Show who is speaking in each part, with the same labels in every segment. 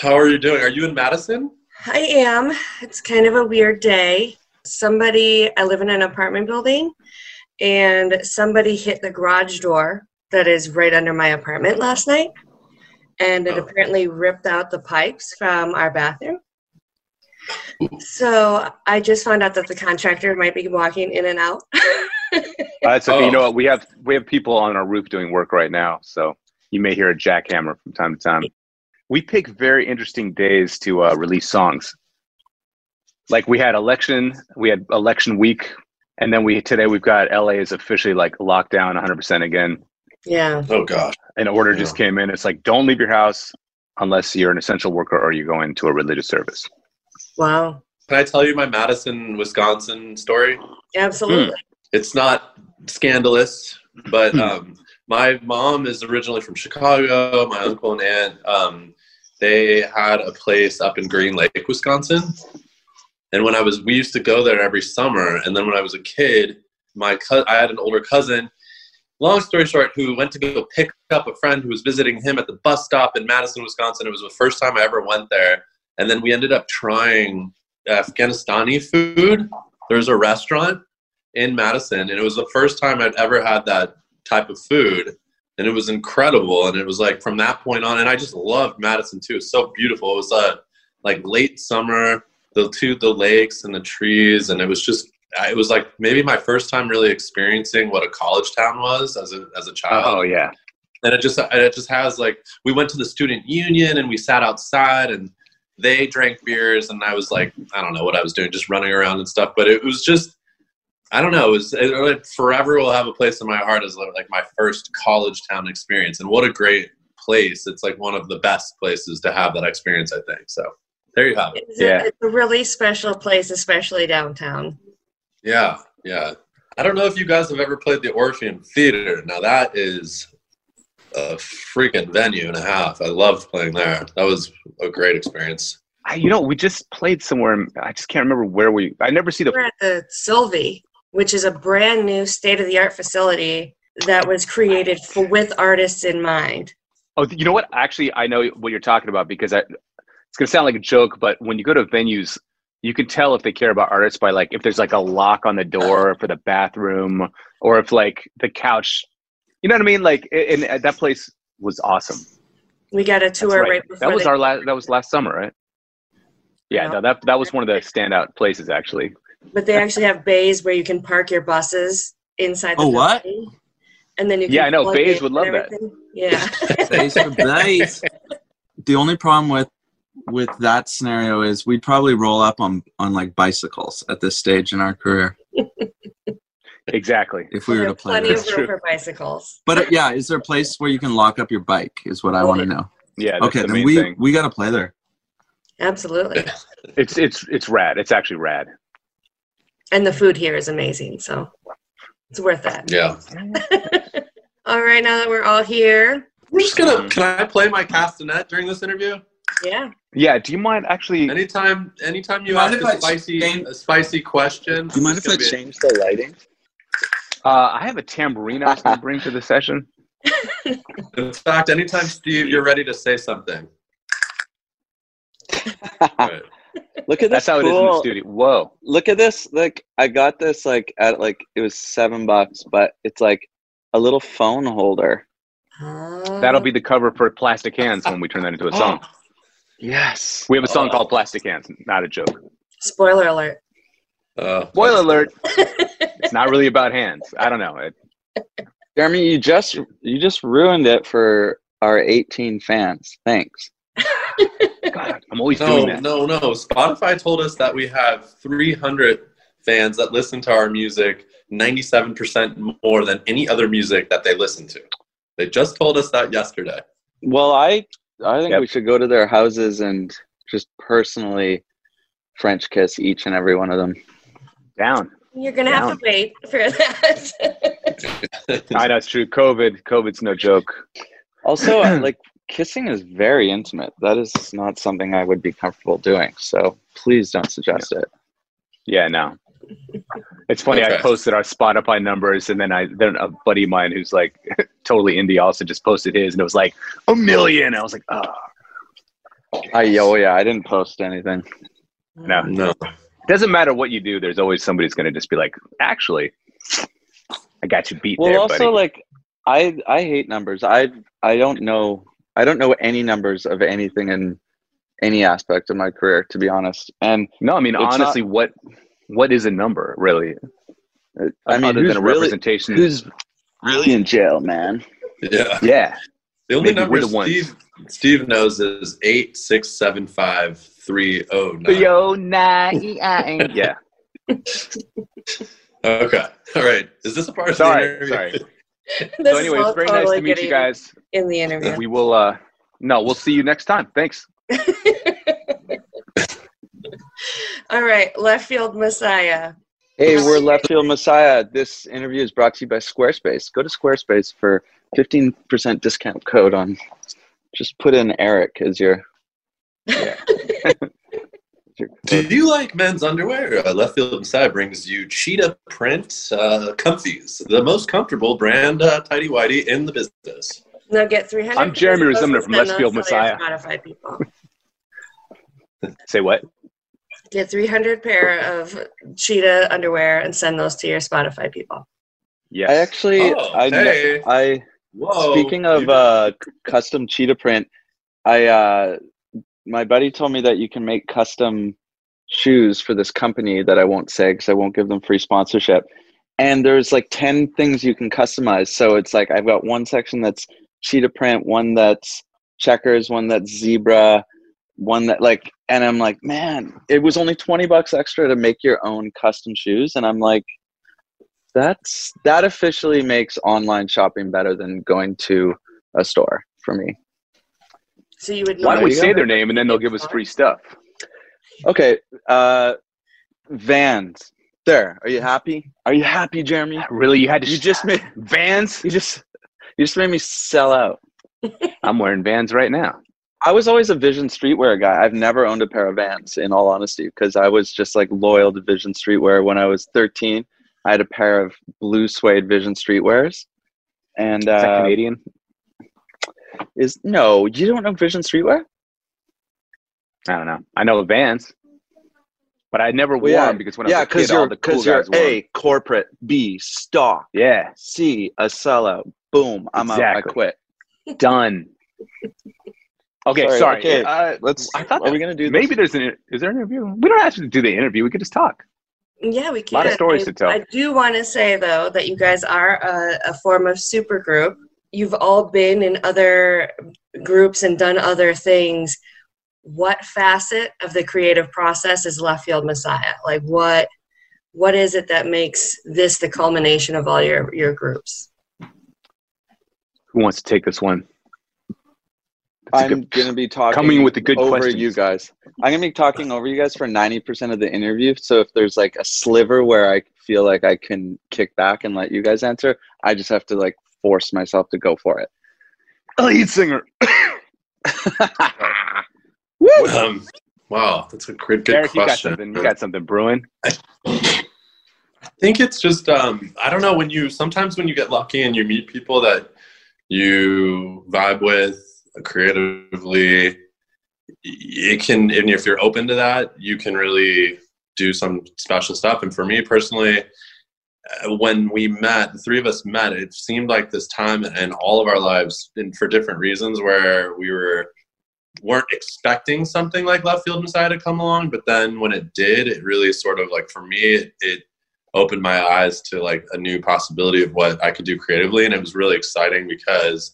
Speaker 1: How are you doing? Are you in Madison?
Speaker 2: I am. It's kind of a weird day. Somebody, I live in an apartment building, and somebody hit the garage door that is right under my apartment last night. And it
Speaker 1: Oh.
Speaker 2: apparently ripped out the pipes from our bathroom. So I just found out that the contractor might be walking in and out.
Speaker 3: Uh, it's okay.
Speaker 1: Oh.
Speaker 3: You know what? We have we have people on our roof doing work right now, so you may hear a jackhammer from time to time. We pick very interesting days to uh, release songs. Like we had election, we had election week, and then we today we've got LA is officially like locked down 100% again.
Speaker 2: yeah.
Speaker 1: Oh gosh.
Speaker 3: An order just came in. It's like don't leave your house unless you're an essential worker or you're going to a religious service.
Speaker 2: Wow.
Speaker 1: Can I tell you my Madison, Wisconsin story?
Speaker 2: Absolutely.
Speaker 1: It's not scandalous, but um, my mom is originally from Chicago. My uncle and aunt, um, they had a place up in Green Lake, Wisconsin. And when I was, we used to go there every summer. And then when I was a kid, my co- I had an older cousin. Long story short, who went to go pick up a friend who was visiting him at the bus stop in Madison, Wisconsin. It was the first time I ever went there. And then we ended up trying Afghanistani food. There's a restaurant in Madison, and it was the first time I'd ever had that type of food. And it was incredible. And it was like from that point on, and I just loved Madison too. It's so beautiful. It was uh, like late summer, the two the lakes and the trees, and it was just it was like maybe my first time really experiencing what a college town was as a as a child
Speaker 3: Oh yeah.
Speaker 1: and it just and it just has like we went to the student union and we sat outside and they drank beers and I was like I don't know what I was doing just running around and stuff but it was just I don't know it was it, it forever will have a place in my heart as like my first college town experience and what a great place it's like one of the best places to have that experience I think so there you have it
Speaker 2: It's a-
Speaker 3: Yeah.
Speaker 2: it's a really special place, especially downtown.
Speaker 1: yeah yeah I don't know if you guys have ever played the Orpheum Theater now that is a freaking venue and a half. I loved playing there. That was a great experience.
Speaker 3: I, you know, we just played somewhere. in- I just can't remember where we. I never see the
Speaker 2: We're at the Sylvie, which is a brand new state of the art facility that was created for, with artists in mind.
Speaker 3: Oh, you know what? Actually, I know what you're talking about because I, it's going to sound like a joke, but when you go to venues, you can tell if they care about artists by like if there's like a lock on the door for the bathroom or if like the couch. You know what I mean? Like, a- and, uh, that place was awesome.
Speaker 2: We got a
Speaker 3: That's
Speaker 2: tour right.
Speaker 3: right.
Speaker 2: before
Speaker 3: that was
Speaker 2: they-
Speaker 3: our last. That was last summer, right? Yeah,
Speaker 2: No.
Speaker 3: no, that that was one of the standout places actually.
Speaker 2: but they actually have bays where you can park your buses inside. The
Speaker 4: Oh, what?
Speaker 2: building, And then you.
Speaker 3: Yeah,
Speaker 2: can
Speaker 3: I know.
Speaker 2: plug
Speaker 3: Bays
Speaker 2: in
Speaker 3: would
Speaker 2: and
Speaker 3: love that.
Speaker 2: everything. Yeah,
Speaker 4: Days for days. The only problem with with that scenario is we'd probably roll up on on like bicycles at this stage in our career
Speaker 3: Exactly.
Speaker 4: if we were to
Speaker 2: There's
Speaker 4: play
Speaker 2: plenty of
Speaker 4: this.
Speaker 3: That's
Speaker 2: room
Speaker 3: true.
Speaker 2: for bicycles.
Speaker 4: But uh, yeah, is there a place where you can lock up your bike? Is what I
Speaker 2: Oh,
Speaker 4: want to
Speaker 2: yeah.
Speaker 4: know.
Speaker 3: Yeah. That's
Speaker 4: Okay,
Speaker 3: the
Speaker 4: then
Speaker 3: main
Speaker 4: we
Speaker 3: thing.
Speaker 4: we got to play there.
Speaker 2: Absolutely,
Speaker 3: It's it's it's rad. It's actually rad.
Speaker 2: and the food here is amazing, so it's worth that.
Speaker 1: Yeah.
Speaker 2: All right, now that we're all here,
Speaker 1: We're just gonna.
Speaker 3: Mhm.
Speaker 1: Can I play my castanet during this interview?
Speaker 2: yeah,
Speaker 3: Yeah. Do you mind actually?
Speaker 1: Anytime, anytime you
Speaker 4: You mind
Speaker 1: ask
Speaker 4: if
Speaker 1: a
Speaker 4: I
Speaker 1: spicy,
Speaker 4: change-
Speaker 1: a spicy question.
Speaker 4: Do you mind
Speaker 1: it's
Speaker 4: if I
Speaker 1: gonna be-
Speaker 4: change the lighting?
Speaker 3: Uh, I have a tambourine I was going to bring to the session.
Speaker 1: In fact, anytime, Steve, you're ready to say something.
Speaker 4: Ah.
Speaker 1: Right.
Speaker 5: Look at
Speaker 3: That's
Speaker 5: this
Speaker 3: how it is in the
Speaker 5: cool.
Speaker 3: studio. Whoa.
Speaker 5: Look at this. Like I got this like at like it was seven bucks, but it's like a little phone holder.
Speaker 3: That'll be the cover for Plastic Hands when we turn that into a song.
Speaker 5: Yes.
Speaker 3: We have a song called Plastic Hands. Not a joke.
Speaker 2: Um, spoiler alert.
Speaker 4: Ah.
Speaker 1: Uh,
Speaker 3: Spoiler alert. It's not really about hands. I don't know. It,
Speaker 5: Jeremy, you just you just ruined it for our 18 fans. Thanks.
Speaker 3: God, I'm always
Speaker 1: No,
Speaker 3: doing that.
Speaker 1: no, no. Spotify told us that we have 300 fans that listen to our music, 97% more than any other music that they listen to. They just told us that yesterday.
Speaker 5: Well, I I think
Speaker 3: Yep.
Speaker 5: we should go to their houses and just personally French kiss each and every one of them.
Speaker 3: Down.
Speaker 2: You're gonna have to wait for that.
Speaker 3: I know it's true. COVID. COVID's no joke.
Speaker 5: Also, like kissing is very intimate. That is not something I would be comfortable doing. So please don't suggest it.
Speaker 3: Yeah, no. It's funny. I
Speaker 1: Okay.
Speaker 3: posted our Spotify numbers, and then I then a buddy of mine who's like totally indie also just posted his, and it was like a million. I was like, oh,
Speaker 5: I oh yeah, I didn't post anything.
Speaker 3: No.
Speaker 1: No.
Speaker 3: Doesn't matter what you do. There's always somebody who's going to just be like, actually, I got you beat
Speaker 5: Well,
Speaker 3: there,
Speaker 5: also
Speaker 3: buddy.
Speaker 5: like I I hate numbers. I I don't know I don't know any numbers of anything in any aspect of my career to be honest. And
Speaker 3: no, I mean
Speaker 5: it's not-
Speaker 3: honestly, what what is a number really?
Speaker 5: uh, I mean,
Speaker 3: other
Speaker 5: who's
Speaker 3: than a
Speaker 5: really
Speaker 3: representation.
Speaker 5: who's really in jail, man?
Speaker 1: Yeah.
Speaker 3: yeah,
Speaker 1: The only
Speaker 3: Maybe
Speaker 1: number
Speaker 3: we're the ones.
Speaker 1: Steve, Steve knows is eight six seven five three oh nine.
Speaker 3: yo, nah, yeah.
Speaker 1: Okay. All right. Is this a part of the
Speaker 3: Sorry,
Speaker 1: interview?
Speaker 3: sorry.
Speaker 2: This is
Speaker 3: so, anyway, it's
Speaker 2: all
Speaker 3: very nice
Speaker 2: totally
Speaker 3: to meet you
Speaker 2: getting
Speaker 3: guys.
Speaker 2: in the interview.
Speaker 3: We will. uh No, we'll see you next time. Thanks.
Speaker 2: All right, left field messiah.
Speaker 5: Hey, we're Left Field Messiah. This interview is brought to you by Squarespace. Go to Squarespace for 15% discount code on. Just put in Eric as your.
Speaker 1: Do you like men's underwear? Uh, Left Field Inside brings you Cheetah Print uh, Comfies, the most comfortable brand uh, tidy whitey in the business.
Speaker 2: Now get 300.
Speaker 3: I'm Jeremy
Speaker 2: You're supposed
Speaker 3: Resumner
Speaker 2: to
Speaker 3: from
Speaker 2: send
Speaker 3: Let's Field
Speaker 2: those to all your
Speaker 3: Messiah.
Speaker 2: Spotify people.
Speaker 3: Say what?
Speaker 2: Get 300 pair of cheetah underwear and send those to your Spotify people.
Speaker 3: Yes.
Speaker 5: I actually.
Speaker 1: Oh,
Speaker 5: I, kn-
Speaker 1: hey.
Speaker 5: I
Speaker 1: Whoa.
Speaker 5: Speaking of
Speaker 1: You-
Speaker 5: uh, custom cheetah print, I uh, my buddy told me that you can make custom shoes for this company that I won't say because I won't give them free sponsorship. And there's like ten things you can customize. So it's like I've got one section that's cheetah print, one that's checkers, one that's zebra, one that like, and I'm like, man, it was only twenty bucks extra to make your own custom shoes, and I'm like. That's that officially makes online shopping better than going to a store for me.
Speaker 2: So you would
Speaker 3: Why
Speaker 2: know
Speaker 3: don't we
Speaker 5: There you
Speaker 3: say
Speaker 5: go.
Speaker 3: their name and then they'll give us free stuff?
Speaker 5: Okay, uh, Vans. There, are you happy? Are you happy, Jeremy?
Speaker 3: Really? You had to.
Speaker 5: You just made
Speaker 3: Vans?
Speaker 5: you just you just made me sell out.
Speaker 3: I'm wearing Vans right now.
Speaker 5: I was always a Vision streetwear guy. I've never owned a pair of Vans, in all honesty, because I was just like loyal to Vision streetwear. When I was 13, I had a pair of blue suede Vision streetwears, and
Speaker 3: Is that
Speaker 5: uh,
Speaker 3: Canadian?
Speaker 5: is no, you don't know Vision streetwear.
Speaker 3: I don't know. I know Vans, but I never
Speaker 5: Well,
Speaker 3: wore
Speaker 5: yeah.
Speaker 3: them because when I
Speaker 5: yeah,
Speaker 3: was a kid,
Speaker 5: you're,
Speaker 3: all the cool
Speaker 5: 'cause you're
Speaker 3: guys wore
Speaker 5: A, corporate. B, stock.
Speaker 3: them. Yeah,
Speaker 5: C, a sellout. Boom, I'm out.
Speaker 3: Exactly.
Speaker 5: I quit.
Speaker 3: done. Okay,
Speaker 5: Sorry,
Speaker 3: sorry.
Speaker 5: okay.
Speaker 3: Uh,
Speaker 5: Let's.
Speaker 3: I thought
Speaker 5: are we gonna do
Speaker 3: maybe
Speaker 5: this?
Speaker 3: there's an is there an interview? We don't have to do the interview. We could just talk.
Speaker 2: Yeah, we can.
Speaker 3: Lot of stories
Speaker 2: I,
Speaker 3: to tell.
Speaker 2: I do want to say though that you guys are a, a form of supergroup. You've all been in other groups and done other things. What facet of the creative process is Left Field Messiah? Like what what is it that makes this the culmination of all your your groups?
Speaker 3: Who wants to take this one? That's a
Speaker 5: I'm
Speaker 3: good-
Speaker 5: gonna be talking
Speaker 3: coming with a good
Speaker 5: over
Speaker 3: question.
Speaker 5: you guys. I'm gonna be talking over you guys for 90% of the interview. So if there's like a sliver where I feel like I can kick back and let you guys answer, I just have to like force myself to go for it.
Speaker 3: lead singer.
Speaker 1: Um, wow, that's a good, good
Speaker 3: Eric, you got
Speaker 1: question.
Speaker 3: something. You got something brewing.
Speaker 1: I think it's just um, I don't know when you sometimes when you get lucky and you meet people that you vibe with creatively, it can and if you're open to that, you can really do some special stuff. And for me personally, uh, when we met, the three of us met, it seemed like this time in all of our lives, and for different reasons, where we were weren't expecting something like left field messiah to come along but then when it did it really sort of like for me it, it opened my eyes to like a new possibility of what i could do creatively and it was really exciting because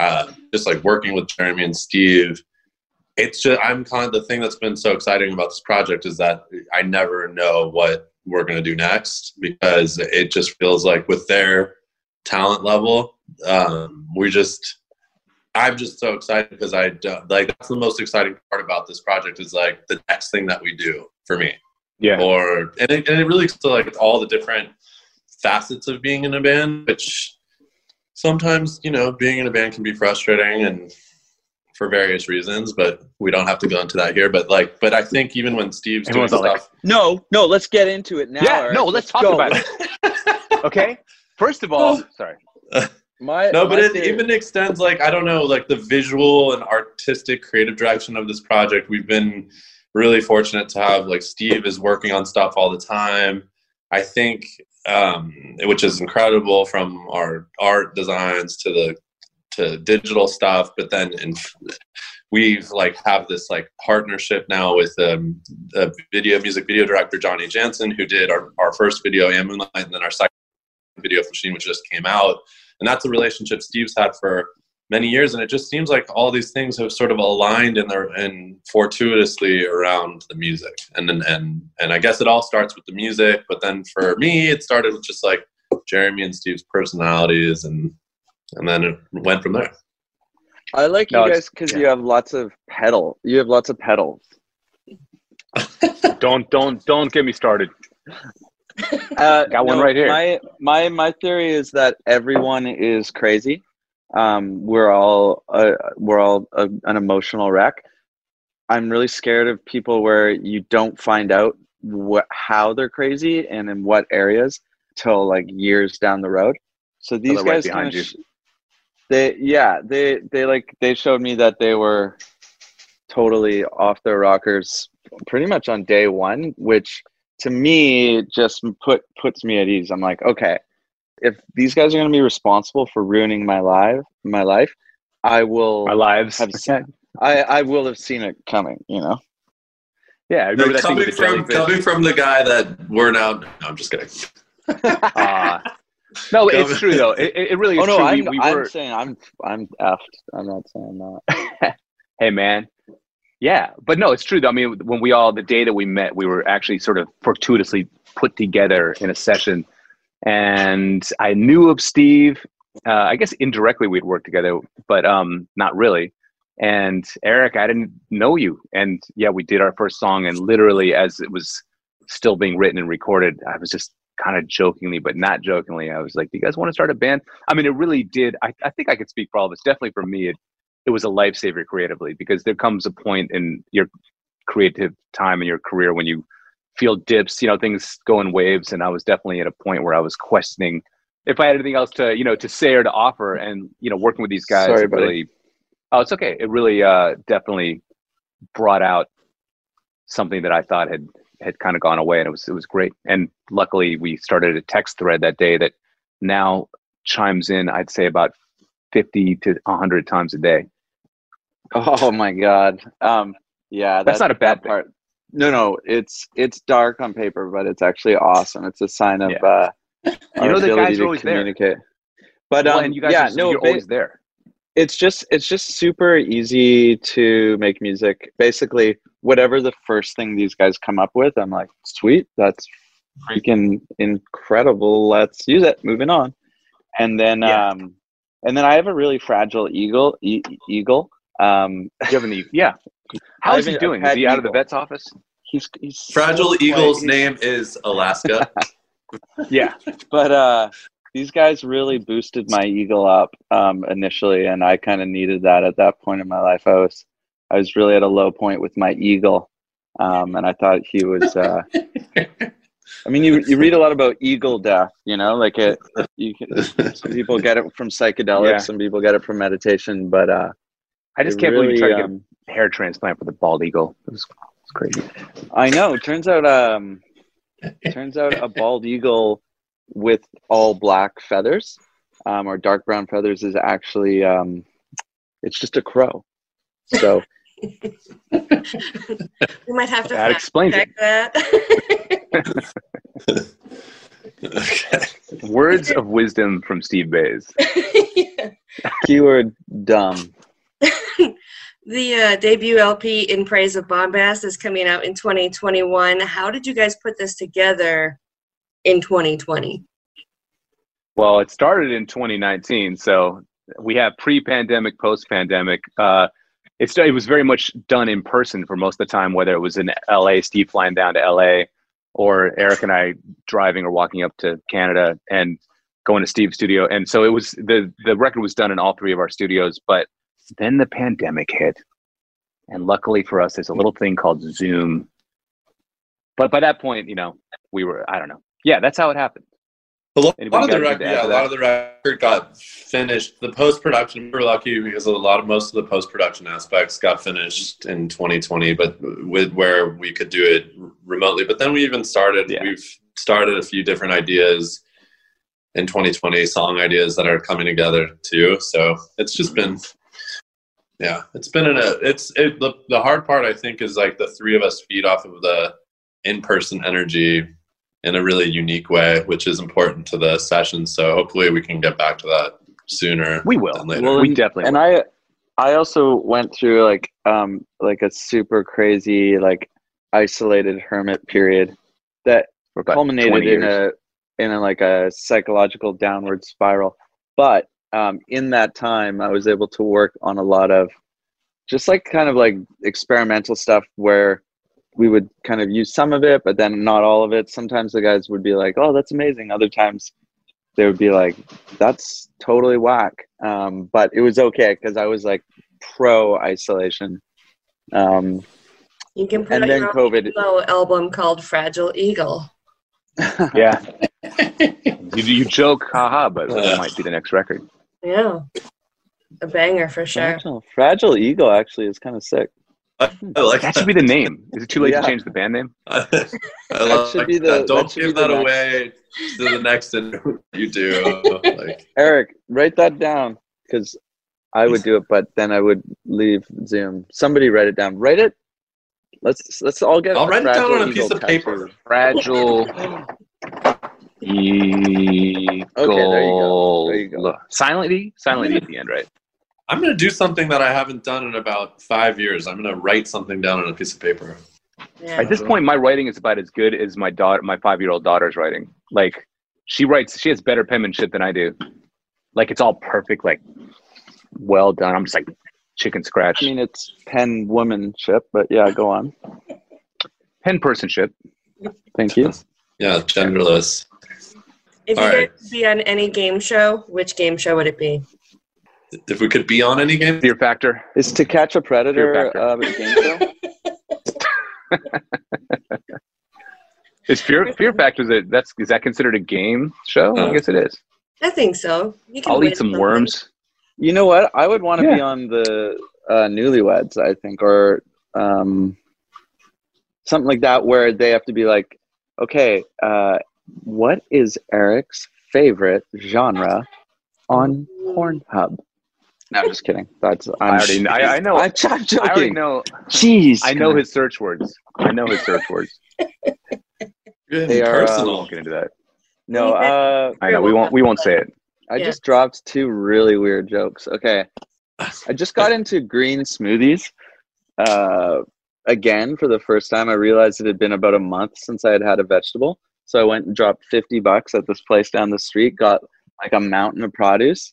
Speaker 1: uh, just like working with jeremy and steve it's just i'm kind of the thing that's been so exciting about this project is that i never know what we're going to do next because it just feels like with their talent level um, we just I'm just so excited because I don't- like that's the most exciting part about this project is like the next thing that we do for me.
Speaker 3: Yeah.
Speaker 1: Or and it, and it really to like all the different facets of being in a band, which sometimes you know being in a band can be frustrating and for various reasons, but we don't have to go into that here. But like, but I think even when Steve's doing
Speaker 3: Everyone's all
Speaker 1: stuff,
Speaker 3: like,
Speaker 5: No, no, let's get into it now.
Speaker 3: yeah.
Speaker 5: Eric.
Speaker 3: No, let's talk
Speaker 5: go. Oh.
Speaker 3: about it. okay. First of all, sorry.
Speaker 5: My
Speaker 1: No, but
Speaker 5: my
Speaker 1: it
Speaker 5: theory-
Speaker 1: even extends like I don't know, like the visual and artistic creative direction of this project. We've been really fortunate to have like Steve is working on stuff all the time. I think um, which is incredible from our art designs to the to digital stuff, but then in, we've like have this like partnership now with um, a video music video director Johnny Jansen, who did our, our first video and Moonlight, and then our second video for Machine, which just came out and that's a relationship Steve's had for many years. And it just seems like all these things have sort of aligned in their and fortuitously around the music. And then and and I guess it all starts with the music, but then for me, it started with just like Jeremy and Steve's personalities, and and then it went from there.
Speaker 5: I like
Speaker 3: No,
Speaker 5: you
Speaker 3: it's-
Speaker 5: guys because
Speaker 3: yeah.
Speaker 5: you have lots of pedal. You have lots of pedals.
Speaker 3: Don't don't don't get me started.
Speaker 5: Uh,
Speaker 3: Got one right here.
Speaker 5: My my my theory is that everyone is crazy. Um, we're all uh, we're all a, an emotional wreck. I'm really scared of people where you don't find out what how they're crazy and in what areas till like years down the road. So these
Speaker 3: they're right
Speaker 5: guys
Speaker 3: behind
Speaker 5: kinda
Speaker 3: you.
Speaker 5: sh- they yeah they they like they showed me that they were totally off their rockers pretty much on day one, which to me just put puts me at ease. I'm like, okay, if these guys are going to be responsible for ruining my life, my life, I will.
Speaker 3: My lives.
Speaker 5: Have seen, I I will have seen it coming. You know.
Speaker 3: Yeah, I remember that thing with
Speaker 1: Coming
Speaker 3: the
Speaker 1: from
Speaker 3: jellyfish.
Speaker 1: coming from the guy that we're now. No, I'm just kidding.
Speaker 3: Ah. no,
Speaker 1: Coming-
Speaker 3: it's true though. It, it it really is
Speaker 5: oh no,
Speaker 3: true.
Speaker 5: I'm,
Speaker 3: we, we
Speaker 5: I'm
Speaker 3: were,
Speaker 5: saying I'm I'm effed. I'm not saying that.
Speaker 3: hey man yeah but no it's true though i mean when we all the day that we met we were actually sort of fortuitously put together in a session and i knew of steve uh, i guess indirectly we'd worked together but um not really and eric i didn't know you and yeah we did our first song and literally as it was still being written and recorded i was just kind of jokingly but not jokingly i was like do you guys want to start a band i mean it really did i, I think i could speak for all of us definitely for me it it was a lifesaver creatively because there comes a point in your creative time in your career when you feel dips you know things go in waves and i was definitely at a point where i was questioning if i had anything else to you know to say or to offer and you know working with these guys
Speaker 5: Sorry,
Speaker 3: it
Speaker 5: buddy.
Speaker 3: really oh it's okay it really uh definitely brought out something that i thought had had kind of gone away and it was it was great and luckily we started a text thread that day that now chimes in i'd say about 50 to 100 times a day
Speaker 5: Oh my god. Um yeah,
Speaker 3: That's
Speaker 5: that-
Speaker 3: not a bad
Speaker 5: that part. No, no, it's it's dark on paper, but it's actually awesome. It's a sign of
Speaker 3: Yeah.
Speaker 5: uh our
Speaker 3: know the
Speaker 5: ability
Speaker 3: guys are
Speaker 5: to
Speaker 3: always there.
Speaker 5: communicate. But um,
Speaker 3: well, and you guys
Speaker 5: yeah,
Speaker 3: are,
Speaker 5: no,
Speaker 3: you're
Speaker 5: ba-
Speaker 3: always there.
Speaker 5: it's just it's just super easy to make music. Basically, whatever the first thing these guys come up with, I'm like, sweet, that's freaking incredible. Let's use it. Moving on, and then
Speaker 3: Yeah.
Speaker 5: um, and then I have a really fragile eagle, e- eagle. Um,
Speaker 3: You have an e- yeah. How
Speaker 5: I
Speaker 3: is he
Speaker 5: haven't-
Speaker 3: doing?
Speaker 5: I've
Speaker 3: Is
Speaker 5: had
Speaker 3: he out of the
Speaker 5: people.
Speaker 3: vet's office?
Speaker 5: he's, he's so
Speaker 1: Fragile
Speaker 5: quiet.
Speaker 1: Eagle's
Speaker 5: He's-
Speaker 1: name is Alaska.
Speaker 3: Yeah.
Speaker 5: but uh these guys really boosted my eagle up um initially and i kind of needed that at that point in my life i was i was really at a low point with my eagle um and i thought he was uh i mean you you read a lot about eagle death you know like it you can, some people get it from psychedelics
Speaker 3: Yeah.
Speaker 5: some people get it from meditation but uh
Speaker 3: I just
Speaker 5: it
Speaker 3: can't believe you tried
Speaker 5: really,
Speaker 3: to get
Speaker 5: um,
Speaker 3: a hair transplant for the bald eagle. It was, it's crazy.
Speaker 5: I know. Turns out, um, turns out a bald eagle with all black feathers um, or dark brown feathers is actually um, it's just a crow. So
Speaker 2: You might have to
Speaker 3: That
Speaker 2: fact
Speaker 3: explains
Speaker 2: check
Speaker 3: it.
Speaker 2: that.
Speaker 1: okay.
Speaker 3: Words of wisdom from Steve Bays.
Speaker 5: keyword dumb.
Speaker 2: The uh, debut LP in praise of Bombast is coming out in 2021. How did you guys put this together in 2020?
Speaker 3: Well, it started in 2019, so we have pre-pandemic, post-pandemic. Uh, it's it was very much done in person for most of the time, whether it was in LA, Steve flying down to LA, or Eric and I driving or walking up to Canada and going to Steve's studio. And so it was the the record was done in all three of our studios, but then the pandemic hit, and luckily for us, there's a little thing called Zoom. But by that point, you know, we were I don't know. Yeah, that's how it happened.
Speaker 1: A lot,
Speaker 3: Anybody
Speaker 1: of the
Speaker 3: got anything to
Speaker 1: record,
Speaker 3: add
Speaker 1: yeah,
Speaker 3: to
Speaker 1: a
Speaker 3: that?
Speaker 1: lot of the record got finished. The post production, we were lucky because a lot of most of the post production aspects got finished in 2020, but with where we could do it remotely. But then we even started.
Speaker 3: Yeah.
Speaker 1: We've started a few different ideas in 2020, song ideas that are coming together too. So it's just been,
Speaker 3: Mm-hmm.
Speaker 1: yeah, it's been in a. It's it, the the hard part I think is like the three of us feed off of the in person energy in a really unique way, which is important to the session. So hopefully we can get back to that sooner.
Speaker 3: We will.
Speaker 1: Than later.
Speaker 5: Well,
Speaker 3: we
Speaker 5: and-
Speaker 3: definitely.
Speaker 5: and
Speaker 3: will.
Speaker 5: i i also went through like um like a super crazy like isolated hermit period that
Speaker 3: For about 20
Speaker 5: culminated in
Speaker 3: years.
Speaker 5: a in a like a psychological downward spiral but um in that time i was able to work on a lot of just like kind of like experimental stuff where we would kind of use some of it but then not all of it sometimes the guys would be like oh that's amazing other times they would be like that's totally whack. Um, but it was okay because I was like pro isolation. Um,
Speaker 2: You can put
Speaker 5: and
Speaker 2: out
Speaker 5: then
Speaker 2: your own
Speaker 5: COVID.
Speaker 2: solo album called Fragile Eagle.
Speaker 3: Yeah. you, you joke, haha, but that might be the next record.
Speaker 2: Yeah. A banger for sure.
Speaker 5: Fragile, Fragile Eagle actually is kind of sick. Hmm.
Speaker 1: I like
Speaker 3: That should be the name. Is it too late
Speaker 5: Yeah.
Speaker 3: to change the band name?
Speaker 1: I like
Speaker 5: should be
Speaker 1: that.
Speaker 5: the-
Speaker 1: Don't
Speaker 5: that should be
Speaker 1: give
Speaker 5: the
Speaker 1: that
Speaker 5: next-
Speaker 1: away to the next interview you do. like,
Speaker 5: Eric, write that down because I would do it, but then I would leave Zoom. Somebody write it down. Write it. Let's let's all get.
Speaker 1: I'll
Speaker 5: a
Speaker 1: write it down
Speaker 5: Fragile
Speaker 1: on a piece
Speaker 5: Eagle
Speaker 1: of paper.
Speaker 5: tattoo.
Speaker 3: Fragile Eagle.
Speaker 5: go. There you go.
Speaker 3: Look, Silent E? Silent E at the end, right?
Speaker 1: I'm going to do something that I haven't done in about five years. I'm going to write something down on a piece of paper.
Speaker 2: Yeah.
Speaker 3: At this point, my writing is about as good as my daughter, my five-year-old daughter's writing. Like, she writes, she has better penmanship than I do. Like, it's all perfect, like, well done. I'm just like chicken scratch,
Speaker 5: I mean, it's pen womanship, but yeah, go on.
Speaker 3: pen personship.
Speaker 5: Thank you.
Speaker 1: Yeah, genderless.
Speaker 2: If you
Speaker 1: All
Speaker 2: guys
Speaker 1: right.
Speaker 2: could be on any game show, which game show would it be?
Speaker 1: If we could be on any game,
Speaker 3: Fear factor.
Speaker 5: Is to catch a
Speaker 3: Fear
Speaker 5: predator uh, a game show?
Speaker 3: Is Fear Fear Factor is it, that's is that considered a game show? I
Speaker 1: Uh,
Speaker 3: guess it is.
Speaker 2: I think so. You can
Speaker 3: I'll
Speaker 2: win
Speaker 3: eat some
Speaker 2: something.
Speaker 3: worms.
Speaker 5: You know what? I would want to be
Speaker 3: Yeah.
Speaker 5: on the uh, Newlyweds, I think, or um, something like that, where they have to be like, okay, uh, what is Eric's favorite genre on Pornhub? No, I'm just kidding. That's I'm,
Speaker 3: I already I, I know.
Speaker 5: I'm,
Speaker 3: I
Speaker 5: I'm
Speaker 3: already
Speaker 5: joking.
Speaker 3: know.
Speaker 5: Jeez,
Speaker 3: I know
Speaker 5: guys.
Speaker 3: his search words. I know his search words.
Speaker 1: Good
Speaker 5: They
Speaker 1: and
Speaker 5: are, uh,
Speaker 1: personal.
Speaker 3: We'll get into that.
Speaker 5: No, uh,
Speaker 3: I know we won't. We won't say it.
Speaker 5: I
Speaker 2: Yeah.
Speaker 5: just dropped two really weird jokes. Okay. I just got into green smoothies uh, again for the first time. I realized it had been about a month since I had had a vegetable. So I went and dropped 50 bucks at this place down the street, got like a mountain of produce.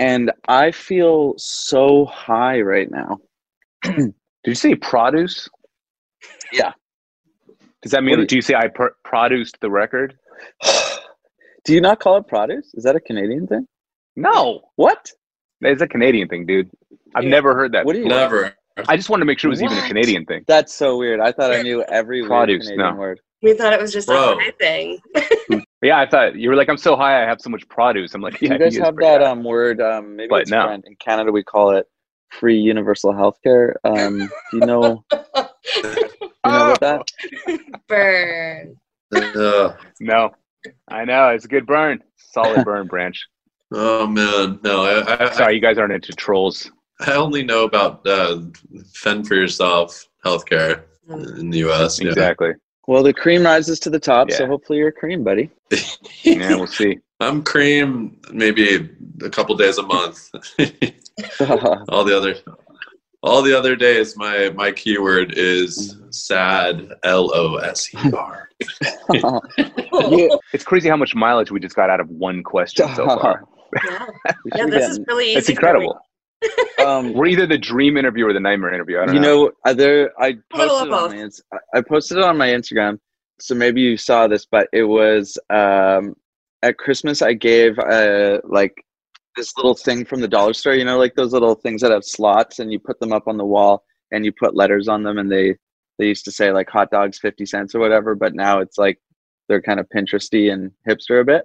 Speaker 5: And I feel so high right now.
Speaker 3: Did you say produce?
Speaker 5: Yeah.
Speaker 3: Does that
Speaker 5: What do
Speaker 3: mean?
Speaker 5: you-
Speaker 3: Do you say I pr- produced the record?
Speaker 5: Do you not call it produce? Is that a Canadian thing?
Speaker 3: No,
Speaker 5: What?
Speaker 3: it's a Canadian thing, dude. I've
Speaker 2: Yeah.
Speaker 3: never heard that.
Speaker 5: What do you?
Speaker 1: Never.
Speaker 3: I just wanted to make sure it was even a
Speaker 2: What?
Speaker 3: Canadian thing.
Speaker 5: That's so weird. I thought I knew every weird
Speaker 3: Produce,
Speaker 5: Canadian
Speaker 3: no.
Speaker 5: word.
Speaker 2: We thought it was just a
Speaker 1: Bro.
Speaker 2: high thing.
Speaker 3: Yeah, I thought you were like, I'm so high, I have so much produce. I'm like,
Speaker 5: Do
Speaker 3: yeah,
Speaker 5: you guys
Speaker 3: he is
Speaker 5: have
Speaker 3: pretty
Speaker 5: that
Speaker 3: high.
Speaker 5: um, word? Um, maybe
Speaker 3: But
Speaker 5: it's
Speaker 3: no.
Speaker 5: different. In Canada, we call it free universal healthcare. Um, do you know? do you know about that?
Speaker 2: Burn.
Speaker 1: Ugh.
Speaker 3: No, I know it's a good burn, solid burn, Branch.
Speaker 1: oh man, no. I, I,
Speaker 3: Sorry, you guys aren't into trolls.
Speaker 1: I only know about uh, fend for yourself healthcare
Speaker 5: Mm.
Speaker 1: in the U.S. Yeah.
Speaker 3: Exactly.
Speaker 5: Well, the cream rises to the top, so
Speaker 3: Yeah.
Speaker 5: hopefully you're a cream, buddy.
Speaker 3: Yeah, we'll see.
Speaker 1: I'm cream maybe a couple days a month. all the other, all the other days, my my keyword is sad. L O S E R.
Speaker 5: yeah.
Speaker 3: It's crazy how much mileage we just got out of one question so far.
Speaker 2: Wow. Yeah, this is really easy.
Speaker 3: It's incredible.
Speaker 5: um,
Speaker 3: We're either the dream interview or the nightmare interview. I don't
Speaker 5: you
Speaker 3: know.
Speaker 5: know, uh, there I
Speaker 2: A little of
Speaker 5: posted, it on
Speaker 2: both.
Speaker 5: my, Ins- I I posted it on my Instagram, so maybe you saw this, but it was um, at Christmas. I gave uh, like this little thing from the dollar store. You know, like those little things that have slots, and you put them up on the wall, and you put letters on them, and they they used to say like hot dogs fifty cents or whatever, but now it's like they're kind of Pinteresty and hipster a bit.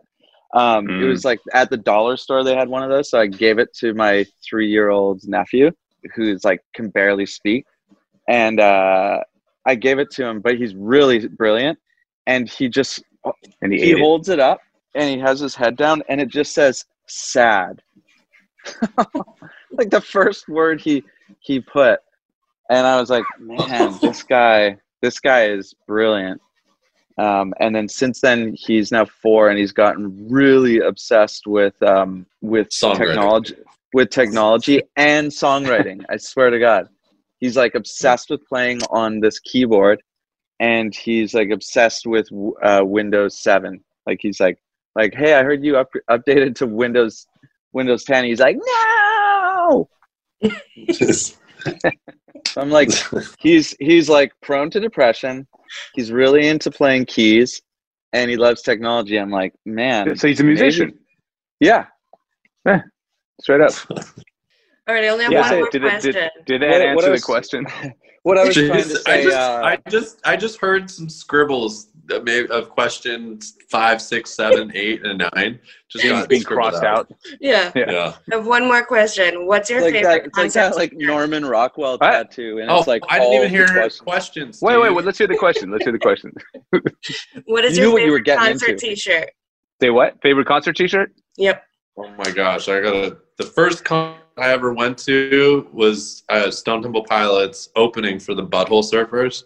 Speaker 5: Um, It
Speaker 3: Mm.
Speaker 5: was like at the dollar store they had one of those, so I gave it to my three-year-old nephew, who's like can barely speak, and uh, I gave it to him, but he's really brilliant, and he just
Speaker 3: And he,
Speaker 5: he
Speaker 3: ate it.
Speaker 5: holds it up and he has his head down, and it just says sad, like the first word he he put, and I was like, man, this guy, this guy is brilliant. Um, and then since then, he's now four, and he's gotten really obsessed with um, with
Speaker 1: Songwriting.
Speaker 5: technology, with technology and songwriting. I swear to God, he's like obsessed with playing on this keyboard, and he's like obsessed with uh, Windows Seven. Like he's like like Hey, I heard you up- updated to Windows Windows Ten. He's like, No. So I'm like, he's he's like prone to depression. He's really into playing keys, and he loves technology. I'm like, man,
Speaker 3: So he's a musician,
Speaker 5: yeah.
Speaker 3: straight up.
Speaker 2: All right, I only have
Speaker 5: Yeah,
Speaker 2: one
Speaker 5: so
Speaker 2: more
Speaker 3: did, it,
Speaker 2: question.
Speaker 3: did, did that answer
Speaker 5: What- what
Speaker 3: the
Speaker 5: else-
Speaker 3: question?
Speaker 5: What I was
Speaker 1: Jeez,
Speaker 5: trying to
Speaker 1: I
Speaker 5: say,
Speaker 1: just,
Speaker 5: uh,
Speaker 1: I just, I just heard some scribbles that may- of questions five, six, seven, eight, and nine. Just
Speaker 3: Being,
Speaker 1: got
Speaker 3: being
Speaker 1: scribbled
Speaker 3: crossed out.
Speaker 2: yeah,
Speaker 3: Yeah.
Speaker 1: Yeah.
Speaker 2: I have one more question. What's your
Speaker 5: like that,
Speaker 2: favorite
Speaker 5: it's like
Speaker 2: concept?
Speaker 5: that, like Norman Rockwell
Speaker 3: I-
Speaker 5: tattoo, and
Speaker 1: Oh,
Speaker 5: it's like
Speaker 1: I didn't
Speaker 5: all
Speaker 1: even
Speaker 5: the
Speaker 1: hear
Speaker 5: questions.
Speaker 1: questions.
Speaker 3: Wait, wait,
Speaker 1: dude.
Speaker 3: wait. Let's hear the question. Let's hear the question.
Speaker 2: what is
Speaker 5: you knew
Speaker 2: your
Speaker 5: what you were
Speaker 2: favorite
Speaker 5: getting
Speaker 2: concert
Speaker 5: into.
Speaker 2: T-shirt?
Speaker 3: Say what? Favorite concert T-shirt?
Speaker 2: Yep.
Speaker 1: Oh my gosh! I got a, the first con I ever went to was uh, Stone Temple Pilots opening for the Butthole Surfers,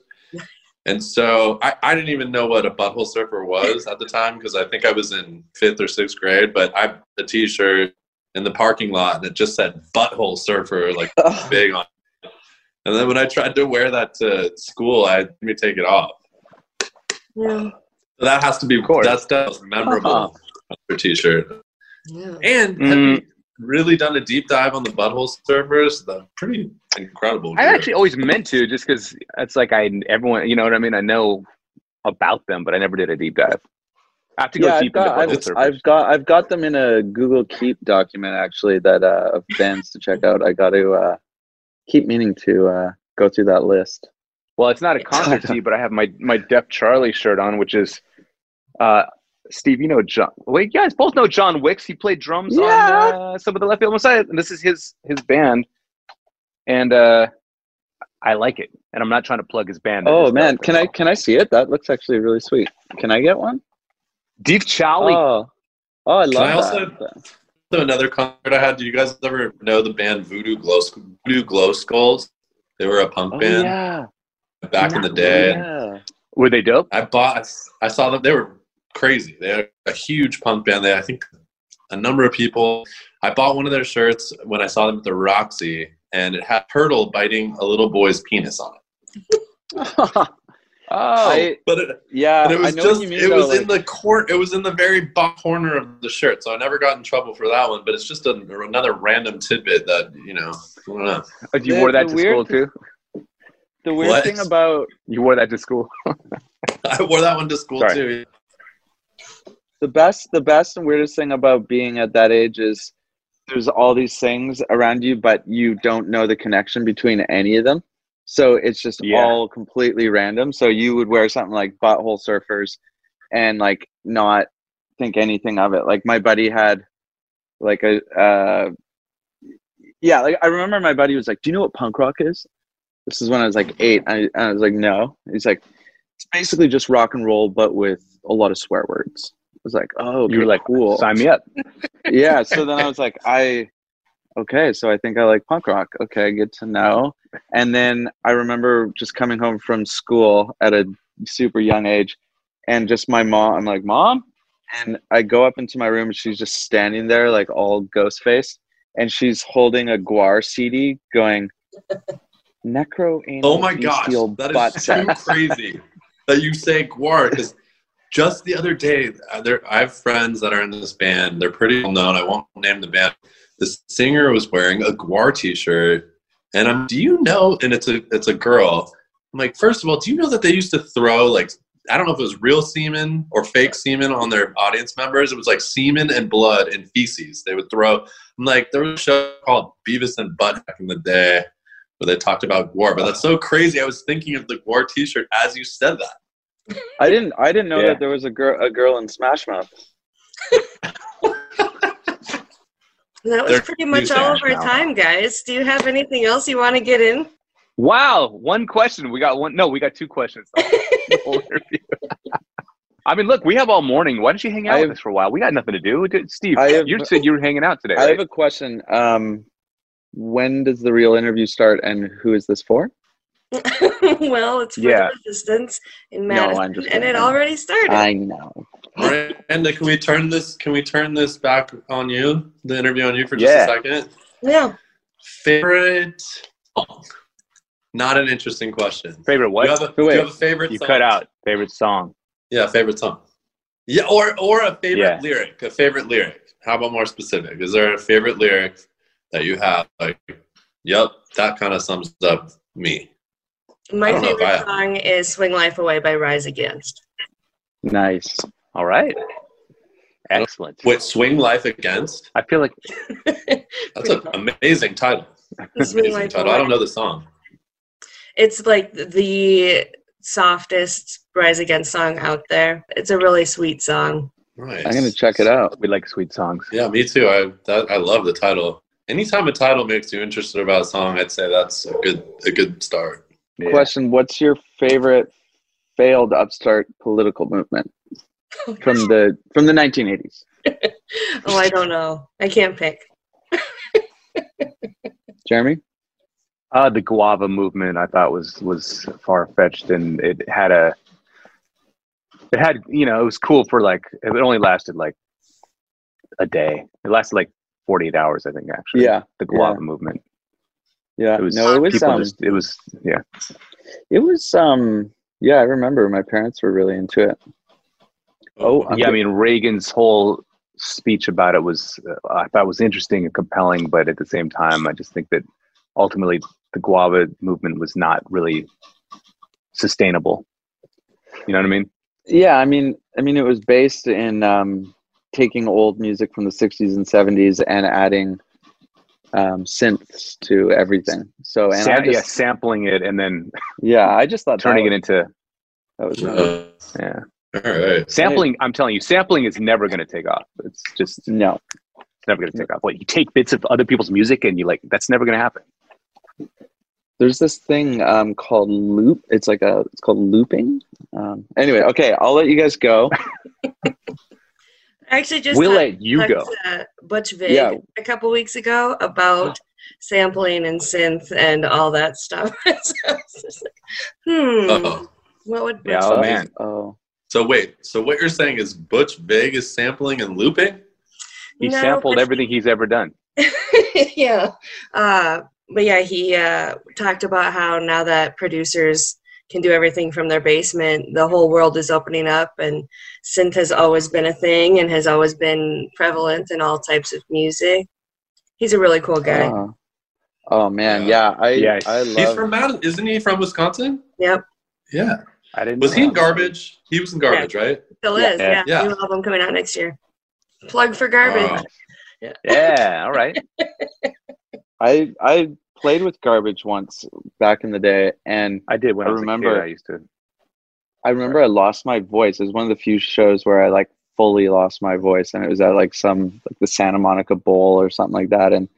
Speaker 1: and so I, I didn't even know what a Butthole Surfer was at the time because I think I was in fifth or sixth grade. But I bought a T-shirt in the parking lot and it just said Butthole Surfer like
Speaker 5: Oh,
Speaker 1: big on. it. And then when I tried to wear that to school, I had me take it off.
Speaker 2: Yeah.
Speaker 1: So that has to be
Speaker 3: Of course. Uh-huh.
Speaker 1: that's the most memorable concert T-shirt.
Speaker 2: Yeah.
Speaker 1: And have
Speaker 3: Mm.
Speaker 1: you really done a deep dive on the butthole surfers? They're pretty incredible.
Speaker 3: I actually always meant to, just because it's like I everyone, you know what I mean. I know about them, but I never did a deep dive. I have to go
Speaker 5: yeah, I've
Speaker 3: deep into
Speaker 5: got,
Speaker 3: Butthole
Speaker 5: I've,
Speaker 3: Surfers.
Speaker 5: I've got I've got them in a Google Keep document actually that uh, of bands to check out. I got to uh, keep meaning to uh, go through that list.
Speaker 3: Well, it's not a concert tee, but I have my my Def Charlie shirt on, which is uh Steve. You know John. Wait, you guys both know John Wicks. He played drums on uh, some of the Left Field Messiah, and this is his his band. And uh I like it, and I'm not trying to plug his band. I
Speaker 5: Oh
Speaker 3: just
Speaker 5: man,
Speaker 3: know it
Speaker 5: can I
Speaker 3: pretty well.
Speaker 5: can I see it? That looks actually really sweet. Can I get one?
Speaker 3: Deep Chowley.
Speaker 5: Oh, oh, I love
Speaker 1: I also-
Speaker 5: that.
Speaker 1: So another concert I had. Do you guys ever know the band Voodoo Glow Voodoo Glow Skulls? They were a punk
Speaker 5: Oh,
Speaker 1: band
Speaker 5: yeah.
Speaker 1: back in the day.
Speaker 5: Yeah.
Speaker 3: Were they dope?
Speaker 1: I bought. I saw them. They were crazy. They had a huge punk band. They, I think, a number of people. I bought one of their shirts when I saw them at the Roxy, and it had turtle biting a little boy's penis on it.
Speaker 3: Oh,
Speaker 5: I,
Speaker 1: But it,
Speaker 5: yeah,
Speaker 1: And it
Speaker 5: Uh, I
Speaker 1: was
Speaker 5: know
Speaker 1: just
Speaker 5: what you mean.
Speaker 1: it
Speaker 5: though,
Speaker 1: was
Speaker 5: like-
Speaker 1: in the court. It was in the very bottom corner of the shirt, so I never got in trouble for that one. But it's just a, another random tidbit that you know. I don't know.
Speaker 3: Oh, you
Speaker 5: the-
Speaker 3: wore that
Speaker 5: the
Speaker 3: to
Speaker 5: weird-
Speaker 3: school too.
Speaker 5: the weird
Speaker 1: What?
Speaker 5: thing about
Speaker 3: You wore that to school.
Speaker 1: I wore that one to school
Speaker 3: Sorry.
Speaker 1: too.
Speaker 5: the best, the best and weirdest thing about being at that age is there's all these things around you, but you don't know the connection between any of them. So it's just
Speaker 3: Yeah.
Speaker 5: all completely random. So you would wear something like butthole surfers and like not think anything of it. Like my buddy had like a uh yeah, like I remember my buddy was like, Do you know what punk rock is? This is when I was like eight. I, I was like, No. He's like, It's basically just rock and roll but with a lot of swear words. I was like, Oh,
Speaker 3: You were
Speaker 5: okay,
Speaker 3: like,
Speaker 5: cool
Speaker 3: Sign me up.
Speaker 5: yeah so then i was like i okay so i think i like punk rock okay good to know and then i remember just coming home from school at a super young age and just my mom i'm like mom and i go up into my room and she's just standing there like all ghost face and she's holding a guar cd going necro anal
Speaker 1: Oh my gosh,
Speaker 5: bestial
Speaker 1: that
Speaker 5: butt
Speaker 1: is so
Speaker 5: sex."
Speaker 1: crazy that you say guar because just the other day, uh, there I have friends that are in this band. They're pretty well known. I won't name the band. The singer was wearing a guar T-shirt, and I'm. Do you know? And it's a it's a girl. I'm like, first of all, do you know that they used to throw like I don't know if it was real semen or fake semen on their audience members. It was like semen and blood and feces. They would throw. I'm like, there was a show called Beavis and Butt back in the day where they talked about war. But that's so crazy. I was thinking of the war T-shirt as you said that.
Speaker 5: i didn't i didn't know
Speaker 3: Yeah.
Speaker 5: that there was a girl a girl in smash mouth
Speaker 2: That was
Speaker 1: They're
Speaker 2: pretty much
Speaker 1: confused
Speaker 2: all of our
Speaker 3: now.
Speaker 2: time, guys. Do you have anything else you want to get in?
Speaker 3: Wow, one question. We got one. No, we got two questions. The whole interview. I mean, look, we have all morning. Why don't you hang out
Speaker 5: I
Speaker 3: with
Speaker 5: have-
Speaker 3: us for a while? We got nothing to do. Dude, Steve,
Speaker 5: I have-
Speaker 3: you said you were hanging out today.
Speaker 5: I
Speaker 3: right?
Speaker 5: have a question. Um, when does the real interview start, and who is this for?
Speaker 2: well, it's for
Speaker 3: Yeah.
Speaker 2: the resistance in
Speaker 5: No, I'm
Speaker 2: Madison,
Speaker 5: just
Speaker 2: and it
Speaker 5: kidding.
Speaker 2: already started.
Speaker 5: I know.
Speaker 1: Miranda, can we turn this? Can we turn this back on you? The interview on you for just
Speaker 3: Yeah.
Speaker 1: a second.
Speaker 2: yeah.
Speaker 1: Favorite? Not an interesting question.
Speaker 3: favorite
Speaker 1: Do you have
Speaker 3: what?
Speaker 1: a, do you
Speaker 5: Wait,
Speaker 1: have a favorite?
Speaker 3: You
Speaker 1: song?
Speaker 3: cut out favorite song.
Speaker 1: Yeah, favorite song. Yeah, or or a favorite
Speaker 3: Yeah.
Speaker 1: lyric. A favorite lyric. How about more specific? Is there a favorite lyric that you have? Like, yep, that kind of sums up me. I
Speaker 2: My
Speaker 1: don't know if
Speaker 2: favorite
Speaker 1: I-
Speaker 2: song is Swing Life Away by Rise Against.
Speaker 5: Nice.
Speaker 3: All right, excellent.
Speaker 1: Wait, swing life against.
Speaker 3: I feel like
Speaker 1: That's an amazing title.
Speaker 2: Swing
Speaker 1: Amazing
Speaker 2: Life
Speaker 1: title. I
Speaker 2: Away.
Speaker 1: don't know the song.
Speaker 2: It's like the softest Rise Against song out there. It's a really sweet song.
Speaker 1: Nice.
Speaker 5: I'm gonna check it out.
Speaker 3: we like sweet songs.
Speaker 1: Yeah, me too. I that, I love the title. Anytime a title makes you interested about a song, I'd say that's a good a good start.
Speaker 3: Yeah.
Speaker 5: Question: What's your favorite failed upstart political movement from the from the 1980s?
Speaker 2: Oh, I don't know. I can't pick.
Speaker 5: Jeremy,
Speaker 3: Uh, the guava movement I thought was was far fetched, and it had a it had you know it was cool for like it only lasted like a day. It lasted like forty eight hours, I think. Actually,
Speaker 5: yeah,
Speaker 3: the guava movement.
Speaker 5: yeah.
Speaker 3: It was
Speaker 5: no, it was
Speaker 3: people
Speaker 5: um,
Speaker 3: just it was yeah.
Speaker 5: it was um, yeah. I remember my parents were really into it. Oh, I
Speaker 3: yeah, I
Speaker 5: could-
Speaker 3: mean Reagan's whole speech about it was uh, I thought was interesting and compelling, but at the same time, I just think that ultimately the guava movement was not really sustainable. You know what I mean?
Speaker 5: Yeah, I mean, I mean, it was based in um, taking old music from the '60s and '70s and adding um, synths to everything. So, and I
Speaker 3: Sam- yeah,
Speaker 5: just,
Speaker 3: sampling it and then
Speaker 5: yeah, I just thought
Speaker 3: turning
Speaker 5: that
Speaker 3: it into
Speaker 5: was, that was
Speaker 1: Uh,
Speaker 3: yeah.
Speaker 1: all right.
Speaker 3: Sampling, I'm telling you, sampling is never going to take off. It's just it's
Speaker 5: no.
Speaker 3: never going to take off. Like you take bits of other people's music and you like that's never going to happen.
Speaker 5: There's this thing um, called loop. It's like a it's called looping. Um, anyway, okay, I'll let you guys go.
Speaker 2: I actually just
Speaker 3: We'll
Speaker 2: talked-
Speaker 3: let you
Speaker 2: talked
Speaker 3: go.
Speaker 2: to Butch Vig
Speaker 5: Yeah.
Speaker 2: a couple weeks ago about sampling and synth and all that stuff. so it's just like, hmm,
Speaker 1: Uh-oh.
Speaker 2: what would Butch
Speaker 3: Yeah, Oh,
Speaker 5: Uh,
Speaker 3: man.
Speaker 5: Oh,
Speaker 1: So wait. So what you're saying is Butch Vig is sampling and looping?
Speaker 3: He
Speaker 2: No,
Speaker 3: sampled
Speaker 2: but-
Speaker 3: everything he's ever done.
Speaker 2: yeah. Uh, but yeah, he uh, talked about how now that producers can do everything from their basement, the whole world is opening up, and synth has always been a thing and has always been prevalent in all types of music. He's a really cool guy.
Speaker 5: uh, oh man, yeah,
Speaker 1: Yeah.
Speaker 5: I
Speaker 3: Yeah,
Speaker 5: I
Speaker 3: he's
Speaker 1: He's
Speaker 5: love.
Speaker 1: from Madison, isn't he? From Wisconsin?
Speaker 2: Yep,
Speaker 1: Yeah.
Speaker 3: I didn't.
Speaker 1: Was
Speaker 3: know
Speaker 1: he in
Speaker 3: that.
Speaker 1: garbage? He was in garbage, right?
Speaker 2: still
Speaker 5: Yeah.
Speaker 2: is. Yeah,
Speaker 1: Yeah.
Speaker 2: new album coming out next year. Plug for garbage.
Speaker 3: Uh,
Speaker 1: Wow.
Speaker 3: Oh. Yeah. All right.
Speaker 5: I I played with garbage once back in the day, and
Speaker 3: I did when I,
Speaker 5: I
Speaker 3: was remember.
Speaker 5: remember-
Speaker 3: I used to.
Speaker 5: I remember I lost my voice. It was one of the few shows where I like fully lost my voice, and it was at like some like the Santa Monica Bowl or something like that. And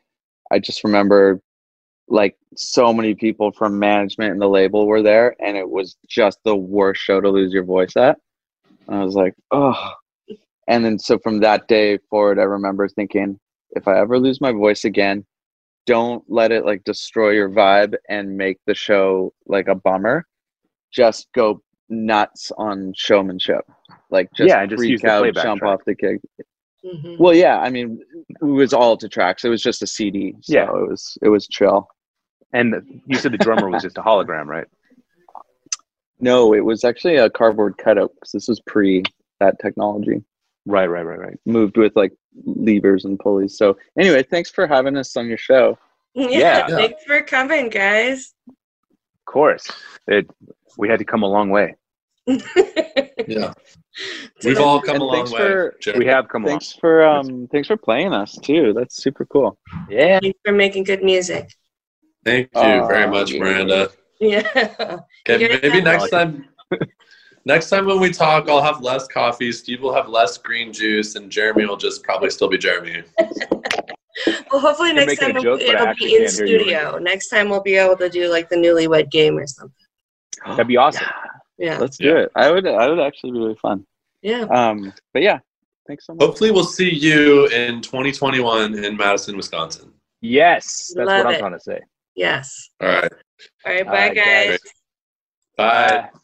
Speaker 5: I just remember like so many people from management and the label were there, and it was just the worst show to lose your voice at. And I was like, oh. And then so from that day forward, I remember thinking, if I ever lose my voice again, don't let it like destroy your vibe and make the show like a bummer. Just go nuts on showmanship. Like just
Speaker 3: Yeah, just use
Speaker 5: freak
Speaker 3: the
Speaker 5: out,
Speaker 3: playback
Speaker 5: jump
Speaker 3: track.
Speaker 5: off the gig.
Speaker 2: Mhm.
Speaker 5: Well, yeah, I mean, it was all to tracks. It was just a CD, so
Speaker 3: Yeah.
Speaker 5: it was it was chill.
Speaker 3: And the, you said the drummer was just a hologram, right?
Speaker 5: No, it was actually a cardboard cutout because this was pre that technology.
Speaker 3: Right. Right. Right. Right.
Speaker 5: Moved with like levers and pulleys. So anyway, thanks for having us on your show.
Speaker 2: yeah,
Speaker 1: Yeah.
Speaker 2: thanks for coming, guys.
Speaker 3: Of course. It. We had to come a long way.
Speaker 1: Yeah. We've all come
Speaker 5: And
Speaker 1: a long
Speaker 5: thanks
Speaker 1: way.
Speaker 5: for-
Speaker 1: Jerry.
Speaker 3: We have come a long.
Speaker 5: Thanks for um thanks for playing us too. That's super cool.
Speaker 3: Yeah.
Speaker 2: Thanks for making good music.
Speaker 1: Thank you very
Speaker 5: Aw,
Speaker 1: much,
Speaker 5: Uh, yeah.
Speaker 1: Miranda.
Speaker 2: Yeah.
Speaker 1: Okay,
Speaker 2: You guys
Speaker 1: maybe
Speaker 2: have
Speaker 1: next
Speaker 2: fun.
Speaker 1: time. Next time when we talk, I'll have less coffee. Steve will have less green juice, and Jeremy will just probably still be Jeremy.
Speaker 2: Well, hopefully
Speaker 3: You're
Speaker 2: next
Speaker 3: making a
Speaker 2: time it'll,
Speaker 3: joke, but I
Speaker 2: it'll
Speaker 3: actually
Speaker 2: be in
Speaker 3: can't hear you.
Speaker 2: studio. Next time we'll be able to do like the newlywed game or something.
Speaker 3: That'd be awesome.
Speaker 2: Yeah.
Speaker 5: Let's do
Speaker 1: Yeah.
Speaker 5: it. I would. I would actually be really fun.
Speaker 2: Yeah.
Speaker 5: Um, but yeah, thanks so much.
Speaker 1: Hopefully, we'll see you in 2021 in Madison, Wisconsin.
Speaker 3: Yes, that's
Speaker 2: Love
Speaker 3: what I'm
Speaker 2: it.
Speaker 3: trying to say.
Speaker 2: Yes.
Speaker 1: All right.
Speaker 2: All right. Bye,
Speaker 3: All right, guys.
Speaker 2: guys.
Speaker 1: Bye.
Speaker 3: Bye.